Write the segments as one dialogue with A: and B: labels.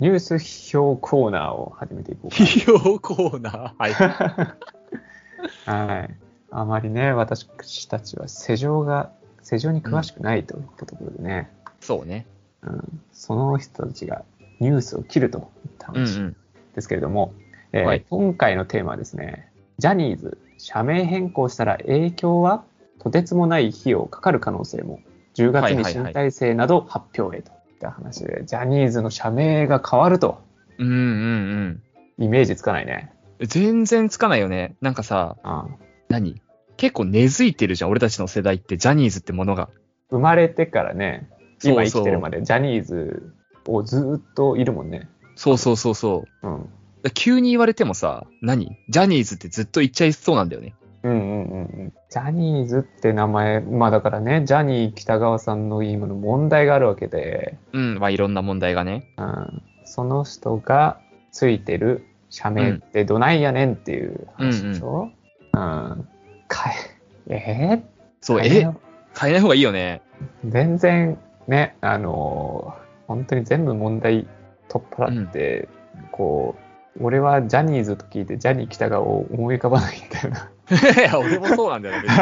A: ニュース批評コーナーを始めていこうか
B: 企業コーナー。 はい。
A: な。はい。あまりね、私たちは世情が、世情に詳しくないといったところでね、
B: そうね。
A: うんその人たちがニュースを切るといった
B: うんう
A: 話
B: ん。
A: ですけれども、えー
B: はい
A: 今回のテーマはですね、ジャニーズ、社名変更したら影響はとてつもない費用かかる可能性も、10月に新体制など発表へといった話で、ジャニーズの社名が変わると、
B: うんうん
A: イメージつかないね。
B: うん。全然つかないよね。なんかさ、
A: うん
B: 何結構根付いてるじゃん。俺たちの世代って、ジャニーズってものが。
A: 生まれてからね、今生きてるま
B: で。
A: でジャニーズをずーっといるもんね。
B: そうそうそうそう。
A: うん。
B: だから急に言われてもさ、何ジャニーズってずっと言っちゃいそうなんだよね。
A: うんうんうんうん。ジャニーズって名前、まあだからね、ジャニー北川さんの今の問題があるわけで、
B: うん。まあ、いろんな問題がね。
A: うん、その人がついてる社名ってどないやねんっていう話でしょうん、変え、え
B: そう、
A: ー、
B: え変えない方がいいよね。
A: 全然ね、あのー本当に全部問題取っ払って、こう、俺はジャニーズと聞いてジャニー北川を思い浮かばないんだよな。
B: いや、俺もそうなんだよね。別に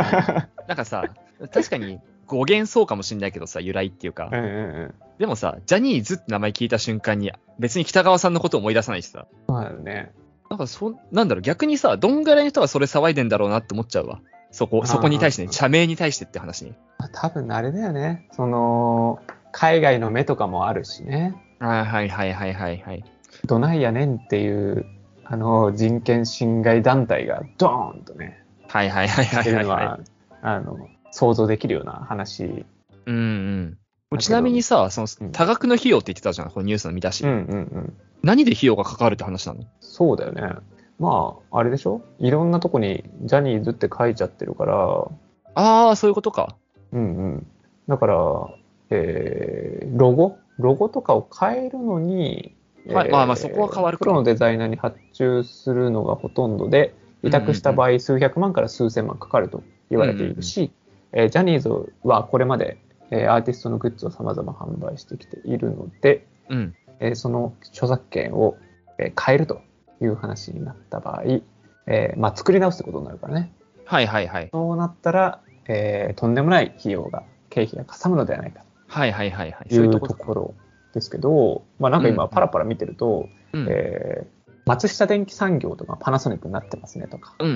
B: なんかさ、確かに語源そうかもしんないけどさ、由来っていうか
A: う。んうんうん。
B: でもさ、ジャニーズって名前聞いた瞬間に、別に北川さんのこと思い出さないしさ。
A: そうだよね。
B: なんかそ、なんだろう、逆にさ、どんぐらいの人がそれ騒いでんだろうなって思っちゃうわ。そこ、そこに対して
A: あ
B: ね、
A: ー
B: 社名に対してって話に。
A: まあ多分あれだよね。その、海外の目とかもあるしね。
B: あーはいはいはいはいはい。
A: どないやねんっていう、あの、人権侵害団体がドーンとね、
B: はいはいはい
A: っ
B: は
A: て
B: い
A: い
B: は
A: う
B: い、
A: の
B: は
A: は、あの、想像できるような話。
B: い。うんう
A: ど
B: ん。ちなみにさ、その
A: うん
B: 多額の費用って言ってたじゃん、このニュースの見出し。
A: うんうんうん。
B: 何で費用がかかるって話なの
A: そうだよね。まあ、あれでしょいろんなとこにジャニーズって書いちゃってるから、
B: ああ、そういうことか。
A: うんうん。だから、えーロゴロゴとかを変えるのに、
B: はいまあまあそこは変わるか
A: プロのデザイナーに発注するのがほとんどで、委託した場合、数百万から数千万かかると言われているし、えージャニーズはこれまで、えーアーティストのグッズをさまざま販売してきているので、
B: うん。
A: えーその著作権を、えー変えるという話になった場合、えーまあ、作り直すってことになるからね。
B: はいはいはい。
A: そうなったら、えーとんでもない費用が、経費がかさむのではないか
B: はいはいはいはい。
A: と
B: そ
A: いう
B: いうう
A: と
B: とこか
A: ころですけど、まあなんか
B: う
A: 今
B: ん
A: パラパラ見てると、
B: うん。うん
A: えー松下電機産業とかパナソニックになってますねとか、
B: うん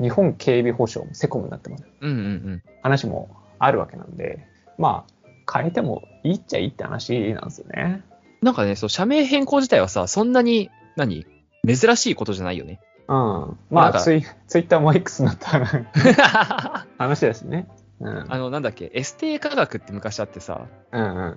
B: うん。
A: 日本警備保障もセコムになってます
B: うんうんうん。
A: 話もあるわけなんで、まあ変えてもいいっちゃいいって話なんですよね。
B: なんかね、そう、社名変更自体はさ、そんなに、何珍しいことじゃない よね。
A: うん。ま
B: なん
A: あ
B: か
A: ツイツイッターも X になった話だしね。うん。うん
B: あの、なんだっけ、エステ科学って昔あってさ、
A: うんうん。はい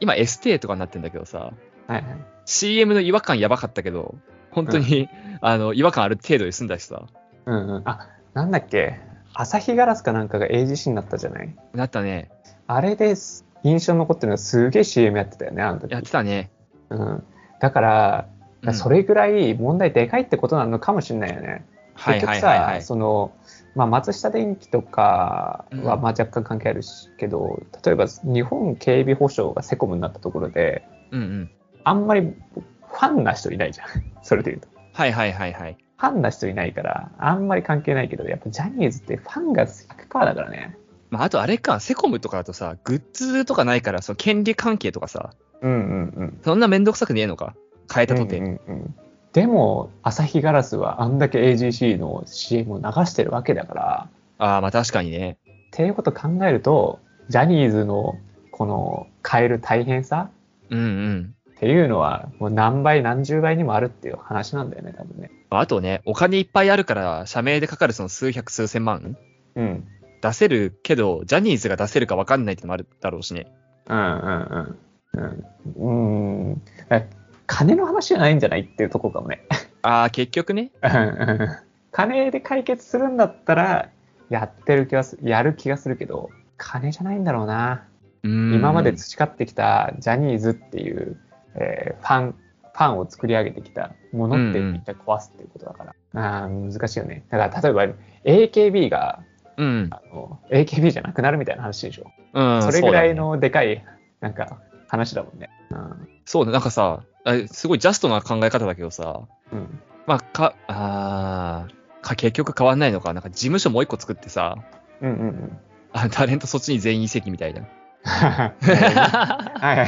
B: 今エステとかになってんだけどさ、
A: はい。
B: CM の違和感やばかったけど、本当に、あの、違和感ある程度で済んだしさ、
A: うんうん。あ、なんだっけ。朝日ガラスかなんかが AGC になったじゃない
B: なったね。
A: あれです。印象に残ってるのはすげえ CM やってたよね、あの時
B: やってたね。
A: うん。だから、
B: うん
A: それぐらい問題でかいってことなのかもしれないよね。
B: は
A: 結
B: いは
A: 局
B: い
A: さ、
B: はいはい。
A: その、まあ、松下電機とか
B: うん
A: はまあ若干関係あるしけど、例えば日本警備保障がセコムになったところで、
B: うんうん。
A: あんまりファンな人いないじゃん。 それで言うと。
B: はいはいはいはい。
A: ファンな人いないから、あんまり関係ないけど、やっぱジャニーズってファンが100%だからね。
B: まあ、あとあれか、セコムとかだとさ、グッズとかないから、その権利関係とかさ、
A: うんうんうん。
B: そんなめんどくさくねえのか。変えたとて。
A: うんうんうんでも、朝日ガラスはあんだけ AGC の CM を流してるわけだから、
B: ああ、まあ確かにね。
A: っていうこと考えると、ジャニーズのこの変える大変さ
B: うんうん。
A: っていうのは、もう何倍何十倍にもあるっていう話なんだよね、多分ね。
B: あとね、お金いっぱいあるから、社名でかかるその数百数千万
A: うん。
B: 出せるけど、ジャニーズが出せるか分かんないってのもあるだろうしね。
A: うんうんうん。うん。うん。え金の話じゃないんじゃないっていうところかもね。
B: ああ、結局ね。
A: うんうん金で解決するんだったら、やってる気はす、やる気がするけど、金じゃないんだろうな。今
B: 今
A: まで培ってきたジャニーズっていう、えーファン、ファンを作り上げてきたものって
B: うんうん
A: 一回壊すっていうことだから、あー難しいよね。だから例えば AKB が
B: うん。
A: あの AKB じゃなくなるみたいな話でしょ。
B: うん。
A: それぐらい
B: そうだね。
A: のでかいなんか話だもんね。うん
B: そうだ、なんかさ、あすごいジャストな考え方だけどさ、
A: うん。
B: まあ、か、あーか、結局変わんないのか。なんか事務所もう一個作ってさ、
A: うんうんうん。
B: あタレントそっちに全員移籍みた いな。
A: はい。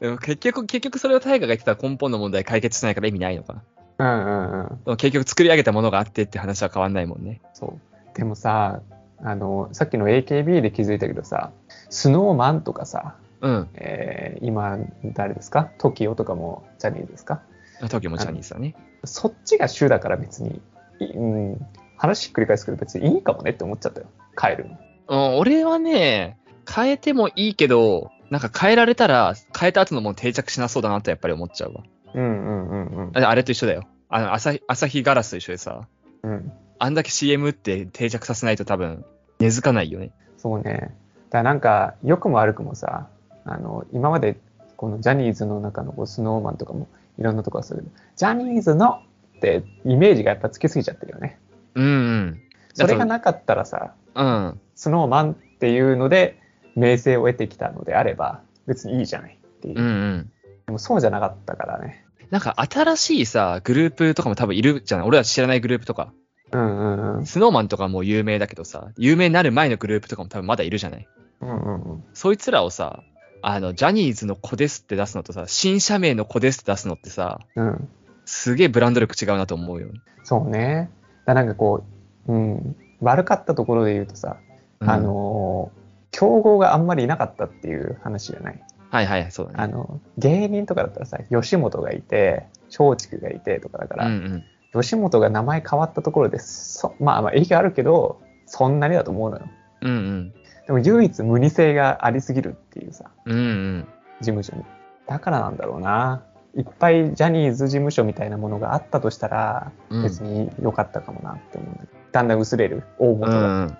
B: でも結局、結局それを大河が言ってた根本の問題解決しないから意味ないのかな。
A: うんうんうん。
B: でも結局作り上げたものがあってって話は変わんないもんね。
A: そう。でもさ、あの、さっきの AKB で気づいたけどさ、スノーマンとかさ、
B: うん。
A: えー今、誰ですか ?TOKIO とかもジャニーズですか
B: 東京もジャニーズだね。
A: そっちが主だから別に、いうん、話ひっくり返すけど別にいいかもねって思っちゃったよ。帰るの。
B: うん、俺はね、変えてもいいけど、なんか変えられたら、変えた後のもの定着しなそうだなってやっぱり思っちゃうわ。
A: うんうんうん
B: ああれと一緒だよ。あの、朝日、朝日ガラスと一緒でさ、
A: うん。うん。
B: あんだけ CM って定着させないと多分、根付かないよね。
A: そうね。だからなんか、良くも悪くもさ、あの、今まで、このジャニーズの中のこうスノーマンとかも、いろんなとこがそうだけど、ジャニーズのってイメージがやっぱつきすぎちゃってるよね。
B: うんうん。
A: それがなかったらさ、
B: うん。
A: スノーマンっていうので、名声を得てきたのであれば、別にいいじゃないっていう。
B: うんうん。
A: でもそうじゃなかったからね。
B: なんか新しいさ、グループとかも多分いるじゃない俺ら知らないグループとか。
A: うんうんうん。
B: スノーマンとかも有名だけどさ、有名になる前のグループとかも多分まだいるじゃない
A: うんうんうん。
B: そいつらをさ、あの、ジャニーズの子ですって出すのとさ、新社名の子ですって出すのってさ、
A: うん、
B: すげえブランド力違うなと思うよ。
A: そうね。だなんかこう、うん、悪かったところで言うとさ、
B: うん
A: あ、のー、競合があんまりいなかったっていう話じゃない。
B: はいはい、そうだ
A: あ
B: ね。
A: の、芸人とかだったらさ、吉本がいて、松竹がいてとかだか
B: うんう
A: ら、
B: ん。
A: 吉本が名前変わったところで、そまあまあ影響あるけど、そんなにだと思うのよ。
B: うんうん。
A: でも唯一無二性がありすぎるっていうさ、
B: うんうん。
A: 事務所に。だからなんだろうな。いっぱいジャニーズ事務所みたいなものがあったとしたら、
B: うん
A: 別に良かったかもなって思うんだけど、だんだん薄れる、大元
B: う
A: が。
B: んうん。なん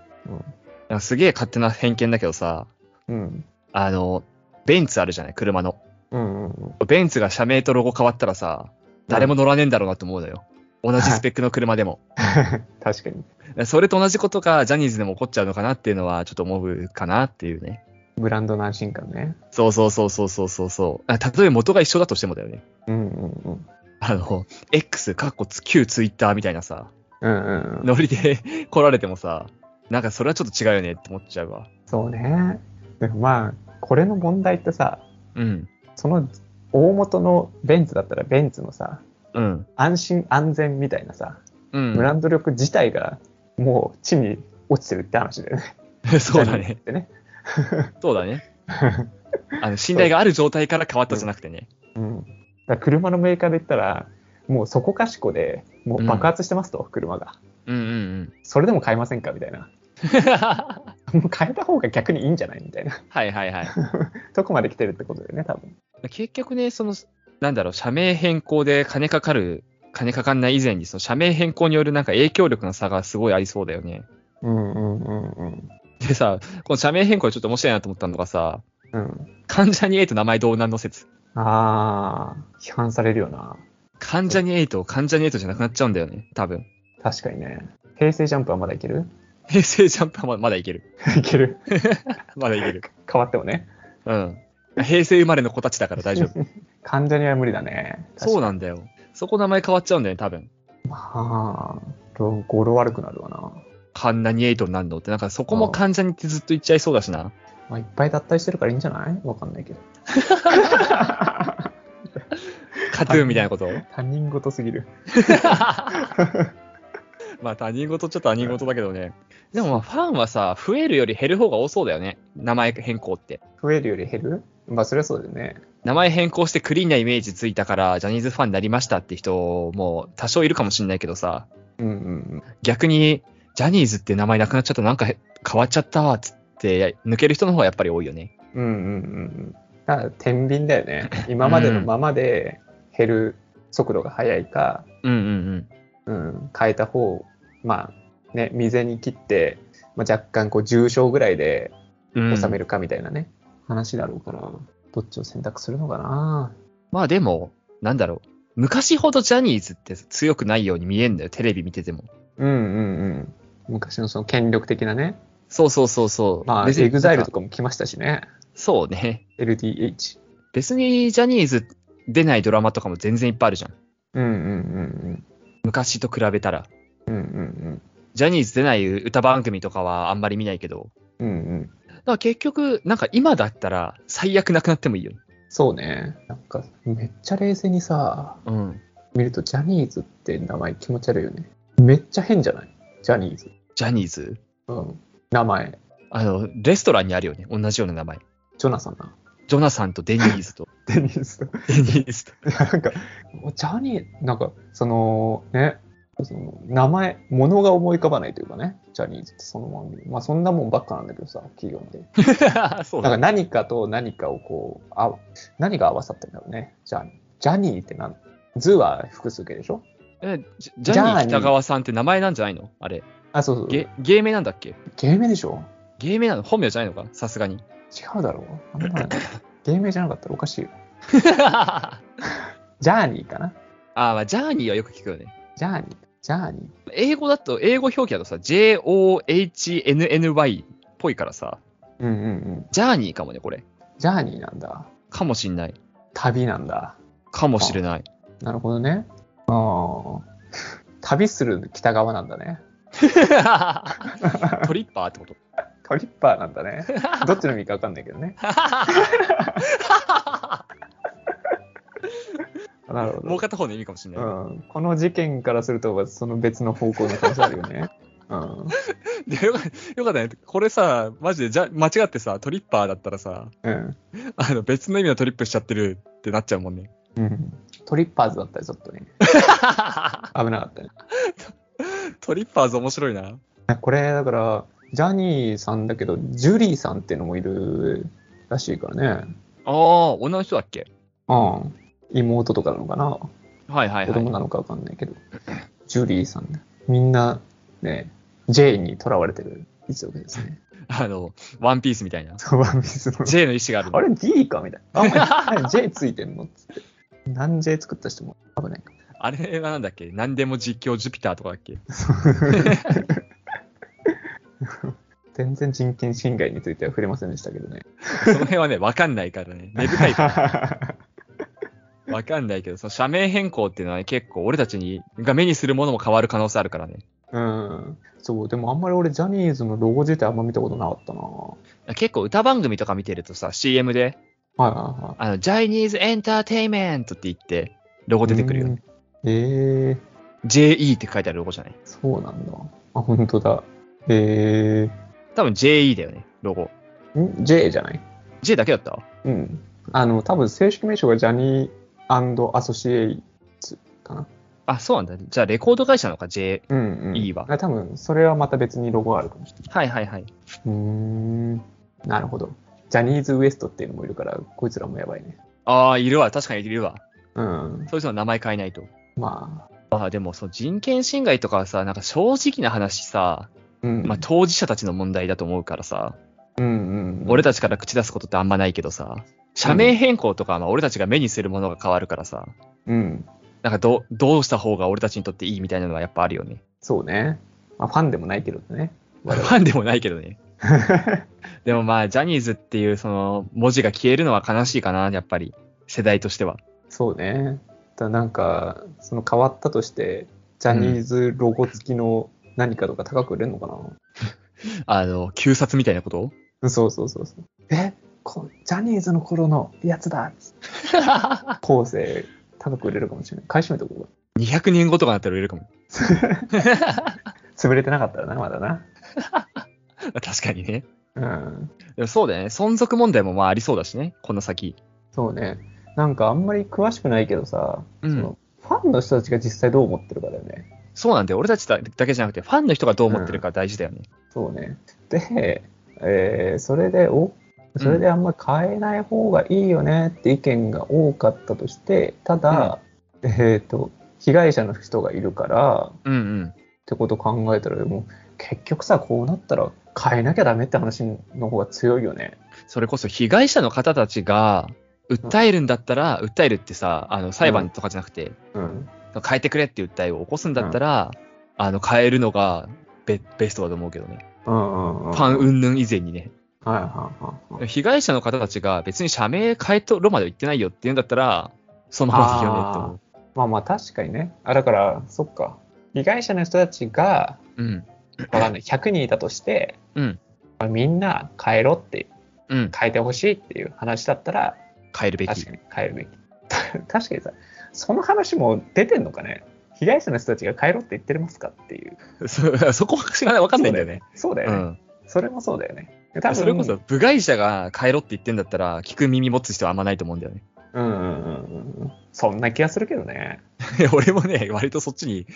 B: かすげえ勝手な偏見だけどさ、
A: うん。
B: あの、ベンツあるじゃない、車の。
A: うんうん うん。
B: ベンツが社名とロゴ変わったらさ、誰も乗らねえんだろうなと思うのよ。同じスペックの車で も。
A: 確かに。
B: それと同じことがジャニーズでも起こっちゃうのかなっていうのはちょっと思うかなっていうね。
A: ブランドの安心感ね。
B: そうそうそうそうそうそうそう。あたとえ元が一緒だとしてもだよね。
A: うんうんうん。
B: あの、X、かっこ旧 Twitter みたいなさ、
A: うんうんうん。
B: ノリで 来られてもさ、なんかそれはちょっと違うよねって思っちゃうわ。
A: そうね。でもまあ、これの問題ってさ、
B: うん。
A: その大元のベンツだったらベンツのさ、
B: うん。
A: 安心安全みたいなさ、
B: うん。
A: ブランド力自体がもう地に落ちてるって話だよね。
B: そうだ
A: ジャニーズ
B: ね
A: っ。てね。
B: そうだね。あの、信頼がある状態から変わったじゃなくてね。
A: うん。だから車のメーカーで言ったら、もうそこかしこで、もう爆発してますと、車が。
B: うんうんうん。
A: それでも買えませんかみたいな。
B: は
A: もう変えた方が逆にいいんじゃないみたいな。
B: いはいはい。
A: とこまで来てるってことだよね、多分。
B: 結局ね、その、なんだろう、社名変更で金かかる、金かかんない以前に、その社名変更によるなんか影響力の差がすごいありそうだよね。
A: うんうんうんうん。
B: でさ、この社名変更でちょっと面白いなと思ったのがさ、
A: うん。
B: 関ジャニエイト名前同難の説。
A: ああ、批判されるよな。
B: 関ジャニエイトを関ジャニエイトじゃなくなっちゃうんだよね、多分。
A: 確かにね。平成ジャンプはまだいける
B: 平成ジャンプはままだいける。
A: いける。
B: まだいける。
A: 変わってもね。
B: うん。平成生まれの子たちだから大丈夫。
A: 関ジャニは無理だね。
B: そう
A: だ。
B: なんだよ。そこ名前変わっちゃうんだよね、多分。
A: まあ、語呂悪くなるわな。
B: カンナニエイトになるのって、なんかそこも関ジャニってずっと言っちゃいそうだしな。
A: まあ、いっぱい脱退してるからいいんじゃないわかんないけど。
B: カトゥーンみたいなことを。
A: 他人事すぎる。
B: まあ他人事っちゃ他人事だけどね。でもまあファンはさ、増えるより減る方が多そうだよね。名前変更って。
A: 増えるより減るまあ、そりゃそうだよね。
B: 名前変更してクリーンなイメージついたから、ジャニーズファンになりましたって人も多少いるかもしんないけどさ、
A: うんうん
B: 逆に、ジャニーズって名前なくなっちゃった、なんかへ変わっちゃったわ、つって、抜ける人の方がやっぱり多いよね。
A: うん。うんうんうんうん。だから、天秤だよね。今までのままで減る速度が速いか、
B: うんうん
A: うん、変えた方、まあ、ね、未然に切って、まあ、若干こう重症ぐらいで
B: うん。
A: 収め
B: る。
A: るかみたいなね、話だろうから、どっちを選択するのかな。
B: まあでも、なんだろう。昔ほどジャニーズって強くないように見えんだよ、テレビ見てても。
A: うんうんうん。昔のその権力的なね、
B: そうそうそうそう。
A: まあ、
B: 別に
A: エグザイルとかも来ましたしね、
B: そうね。
A: LDH。
B: 別にジャニーズ出ないドラマとかも全然いっぱいあるじゃん。
A: うんうん
B: 昔と比べたら。
A: うんうん。うんうん
B: ジャニーズ出ない歌番組とかはあんまり見ないけど。
A: うん。うんうん。
B: だから結局、なんか今だったら最悪なくなってもいいよね。
A: そうね。なんか、めっちゃ冷静にさ、
B: うん。
A: 見るとジャニーズって名前気持ち悪いよね。めっちゃ変じゃないジャニーズ。
B: ジャニーズ。
A: うん。名前。
B: あの、レストランにあるよね。同じような名前。
A: ジョナサンな。
B: ジョナサンとデニーズと。
A: デニーズ。
B: デニーズと。
A: なんか、ジャニー、なんか、その、ね、その名前、物が思い浮かばないというかね、ジャニーズってそのまんま。まあ、そんなもんばっかなんだけどさ、企業で。
B: そう
A: な
B: だ
A: んか何かと何かをこう、あ何が合わさってんだろうね。ジャニー。ジャニーってなんズは複数形でしょ
B: えジジャニー北川さんって名前なんじゃないのあれ。
A: あ、そうそうそう。
B: げ芸名なんだっけ
A: 芸名でしょ
B: 芸名なの本名じゃないのかさすがに。
A: 違うだろう。あんなの芸名じゃなかったらおかしいよ。ジャーニーかな
B: あーまあ、ジャーニーはよく聞くよね。
A: ジャーニー。ジャーニー。
B: 英語だと、英語表記だとさ、J-O-H-N-N-Y っぽいからさ、
A: うんうんうん。
B: ジャーニーかもね、これ。
A: ジャーニーなんだ。
B: かもしんない。
A: 旅なんだ。
B: かもしれない。
A: なるほどね。ああ。旅する北側なんだね。
B: トリッパーってこと
A: トリッパーなんだ ね。どっちの味か分かんないけどね。 なるほ
B: もう
A: ど。
B: 片方の意味かもしんない。
A: うん、この事件からすると、その別の方向の感じあるよね。 うん。
B: でよかよかったね。これさ、マジでじゃ間違ってさ、トリッパーだったらさ、
A: うん。
B: あの別の意味のトリップしちゃってるってなっちゃうもんね。
A: うん。トリッパーズだったらちょっと ね、危なかったね。
B: トリッパーズ面白いな。
A: これ、だから、ジャニーさんだけど、ジュリーさんっていうのもいるらしいからね。
B: ああ、女の人だっけ
A: うん。妹とかなのかな
B: はいはい
A: 子
B: はい
A: 供。なのかわかんないけど。ジュリーさんね。みんな、ね、J に囚われてる一族です ね。
B: あの、ワンピースみたいな。
A: ワンピースの。
B: J の意思があるの
A: あれ D かみたい な。あ、何 J ついてんのつって。何 J 作った人も危ないか
B: あれはなんだっけ何でも実況ジュピターとかだっけ
A: ら。全然人権侵害については触れませんでしたけどね。
B: その辺はね、わかんないからね。根深い か
A: は
B: ら。わかんないけど、その社名変更っていうのはね、結構俺たちにが目にするものも変わる可能性あるからね。
A: うん。そう、でもあんまり俺ジャニーズのロゴ自体あんま見たことなかったな。
B: 結構歌番組とか見てるとさ、CM で、
A: はいはいはい。
B: あの、ジャニーズエンターテインメントって言って、ロゴ出てくるよね。
A: うん。ええ
B: JE って書いてあるロゴじゃない
A: そうなんだ。あ、本当だ。え
B: 多分 JE だよね、ロゴ。
A: えん J じゃない
B: J だけだった
A: うん。あの、多分正式名称がジャニーアソシエイツかな。
B: あ、そうなんだ。じゃあレコード会社なのか、J。
A: うん、うん。
B: いいわ
A: あ多分、それはまた別にロゴあるかもしれない。
B: はいはいはい。
A: うーん。なるほど。ジャニーズ WEST っていうのもいるから、こいつらもやばいね。
B: ああ、いるわ。確かにいるわ。
A: うん。
B: そういう人の名前変えないと。
A: まあ。
B: まあでも、その人権侵害とかはさ、なんか正直な話さ、
A: うん。
B: まあ当事者たちの問題だと思うからさ、
A: うんうん。
B: 俺たちから口出すことってあんまないけどさ、社名変更とかはまあ俺たちが目にするものが変わるからさ、
A: うん。
B: なんかどどうした方が俺たちにとっていいみたいなのはやっぱあるよね。
A: そうね。まあ、ファンでもないけどね。
B: ファンでもないけ どね。でもまあ、ジャニーズっていうその文字が消えるのは悲しいかな、やっぱり。世代としては。
A: そうね。ただなんか、その変わったとして、ジャニーズロゴ付きの何かとか高く売れるのかな、
B: あの、旧札みたいなこと
A: そうそうそうそう。えこジャニーズの頃のやつ だ後世高く売れるかもしれない。買い占めておこ
B: ?200 年後とかになったら売れるかも。
A: うか。潰れてなかったらな、まだな。
B: 確かにね。
A: うん。
B: でもそうだよね。存続問題もまあありそうだしね。この先。
A: そうね。なんかあんまり詳しくないけどさ、
B: うん
A: そのファンの人たちが実際どう思ってるかだよね。
B: そうなんだよ。俺たちだだけじゃなくて、ファンの人がどう思ってるか大事だよね。
A: そうね。で、えーそれでお、それであんま変えない方がいいよねって意見が多かったとして、ただ、えっ、と、被害者の人がいるからっ
B: うんうん。
A: てことを考えたら、でも結局さ、こうなったら変えなきゃダメって話の方が強いよね。
B: それこそ被害者の方たちが訴えるんだったら、訴えるってさ、あの裁判とかじゃなくて、
A: うん。
B: 変えてくれっていう訴えを起こすんだったら、あの変えるのがベベストだと思うけどね。
A: うんうんうん、
B: ファン云々以前にね。
A: はいはいはいはい。
B: 被害者の方たちが別に社名変えとロまでは言ってないよって言うんだったら、そのまま適用ねと思う。
A: まあまあ確かにね。あ、だから、そっか。被害者の人たちが、
B: うん。
A: わ かんない、100人いたとして、
B: うん。
A: まあみんな変えろって、
B: うん。
A: 変えてほしいっていう話だったら、
B: 変えるべき
A: 確。かに変えるべき。 確かにさ、その話も出てんのかね被害者の人たちが変えろって言ってますかっていう。
B: そそこは知らない、わかんないんだよね。
A: そうだ
B: う
A: よね。
B: ん。
A: それもそうだよね。多分
B: それこそ、部外者が変えろって言ってんだったら、聞く耳持つ人はあんまないと思うんだよね。
A: うんうんうんうん。そんな気がするけどね。
B: いや 俺もね、割とそっちに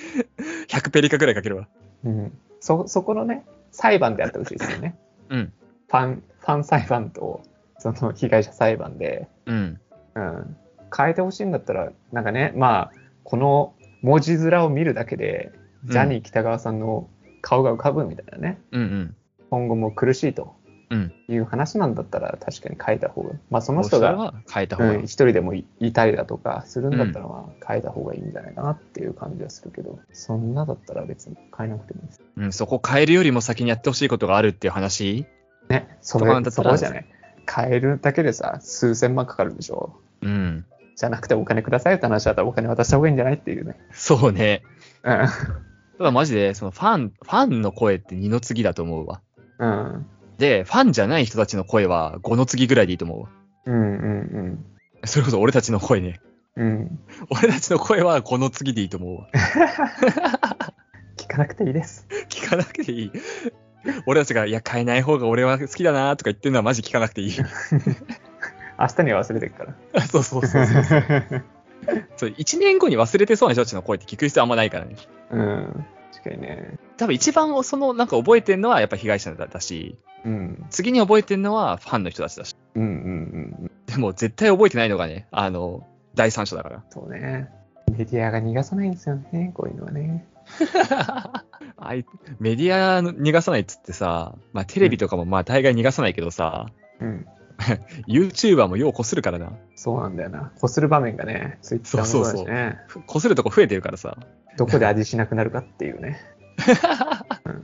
B: 100ペリカくらいかけるわ。
A: うん。そ、そこのね、裁判であってほしいですよね。
B: うん。
A: ファン、ファン裁判と、その被害者裁判で、
B: うん。
A: うん。変えてほしいんだったら、なんかね、まあ、この文字面を見るだけで、ジャニー北川さんの顔が浮かぶみたいなね。
B: うんうん。
A: 今後も苦しいと
B: うん
A: いう話なんだったら確かに変えた方が、まあそ
B: こ
A: の人が
B: は変えた
A: う
B: 方
A: ん
B: が
A: 一、
B: いい。
A: 人でもいいたりだとかするんだったらまあ変えた方がいいんじゃないかなっていう感じはするけど、そんなだったら別に変えなくてもいいです。
B: うん、そこ変えるよりも先にやってほしいことがあるっていう話
A: ね、そ
B: そこな
A: れ
B: んだった
A: そ
B: ら
A: こじゃない。変えるだけでさ、数千万かかるでしょ。
B: うん。
A: じゃなくてお金くださいって話だったらお金渡した方がいいんじゃないっていうね。
B: そうね。
A: うん。
B: ただマジで、そのファン、ファンの声って二の次だと思うわ。
A: うん。
B: で、ファンじゃない人たちの声は五の次ぐらいでいいと思うわ。
A: うんうん
B: それこそ俺たちの声ね。
A: うん。うん。
B: 俺たちの声はこの次でいいと思うわ。
A: 聞かなくていいです。
B: 聞かなくていい。 俺たちが、いや、変えない方が俺は好きだなとか言ってるのはマジ聞かなくて いい。
A: 明日には忘れてるから。
B: そうそう そうそう。そう1年後に忘れてそうな人たちの声って聞く必要あんまないからね。
A: うん。確かにね。
B: 多分一番その、なんか覚えてるのはやっぱ被害者だし、
A: うん。
B: 次に覚えてるのはファンの人たちだし。
A: うんうんうんうん。
B: でも絶対覚えてないのがね、あの、第三者だから。
A: そうね。メディアが逃がさないんですよね、こういうのはね。
B: あいメディアの逃がさないっつってさ、まあ、テレビとかもまあ大概逃がさないけどさ、
A: うん。
B: YouTuber もようこするからな。
A: そうなんだよな。こする場面がね、ツイッターもそうだしね。
B: そうそうこするとこ増えてるからさ。
A: どこで味しなくなるかっていうね。うん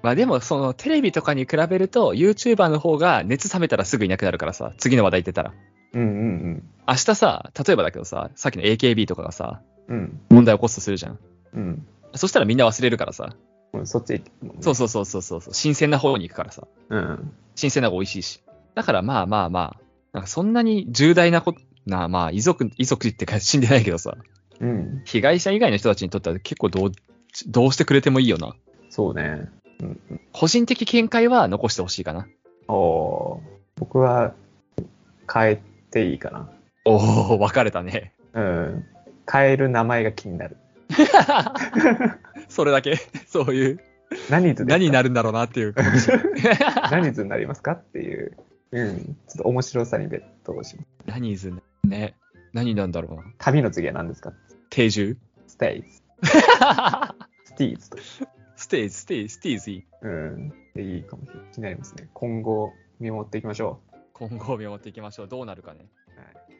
B: まあでも、そのテレビとかに比べると、YouTuber の方が熱冷めたらすぐいなくなるからさ、次の話題出たら。
A: うんうん
B: 明日さ、例えばだけどさ、さっきの AKB とかがさ、
A: うん。うん
B: 問題起こすとするじゃん。
A: うん。
B: そしたらみんな忘れるからさ。
A: うん、そっち行くもんね
B: そうそうそうそうそう。新鮮な方に行くからさ。
A: うん。
B: 新鮮な方が美味しいし。だからまあまあまあ、なんかそんなに重大なこと、なあまあ遺族、遺族ってか死んでないけどさ、
A: うん。
B: 被害者以外の人たちにとっては結構どう、どうしてくれてもいいよな。
A: そうね。
B: 個人的見解は残してほしいかな。
A: おー僕は変えていいかな。
B: おお、分かれたね。
A: うん。変える名前が気になる。
B: それだけ、そういう、
A: 何図ですか
B: 何になるんだろうなっていう感じ。
A: 何図になりますかっていう。うん。ちょっと面白さに別途します。
B: 何ズね。何なんだろうな。
A: 旅の次は何ですか
B: 定住
A: ステイズ。スティーズと。
B: ステイズ、ステイズ、ステイズいい。
A: うん。いいかもしれない。気になりますね。今後、見守っていきましょ
B: 今後を見守っていきましょう。どうなるかね。
A: う。はい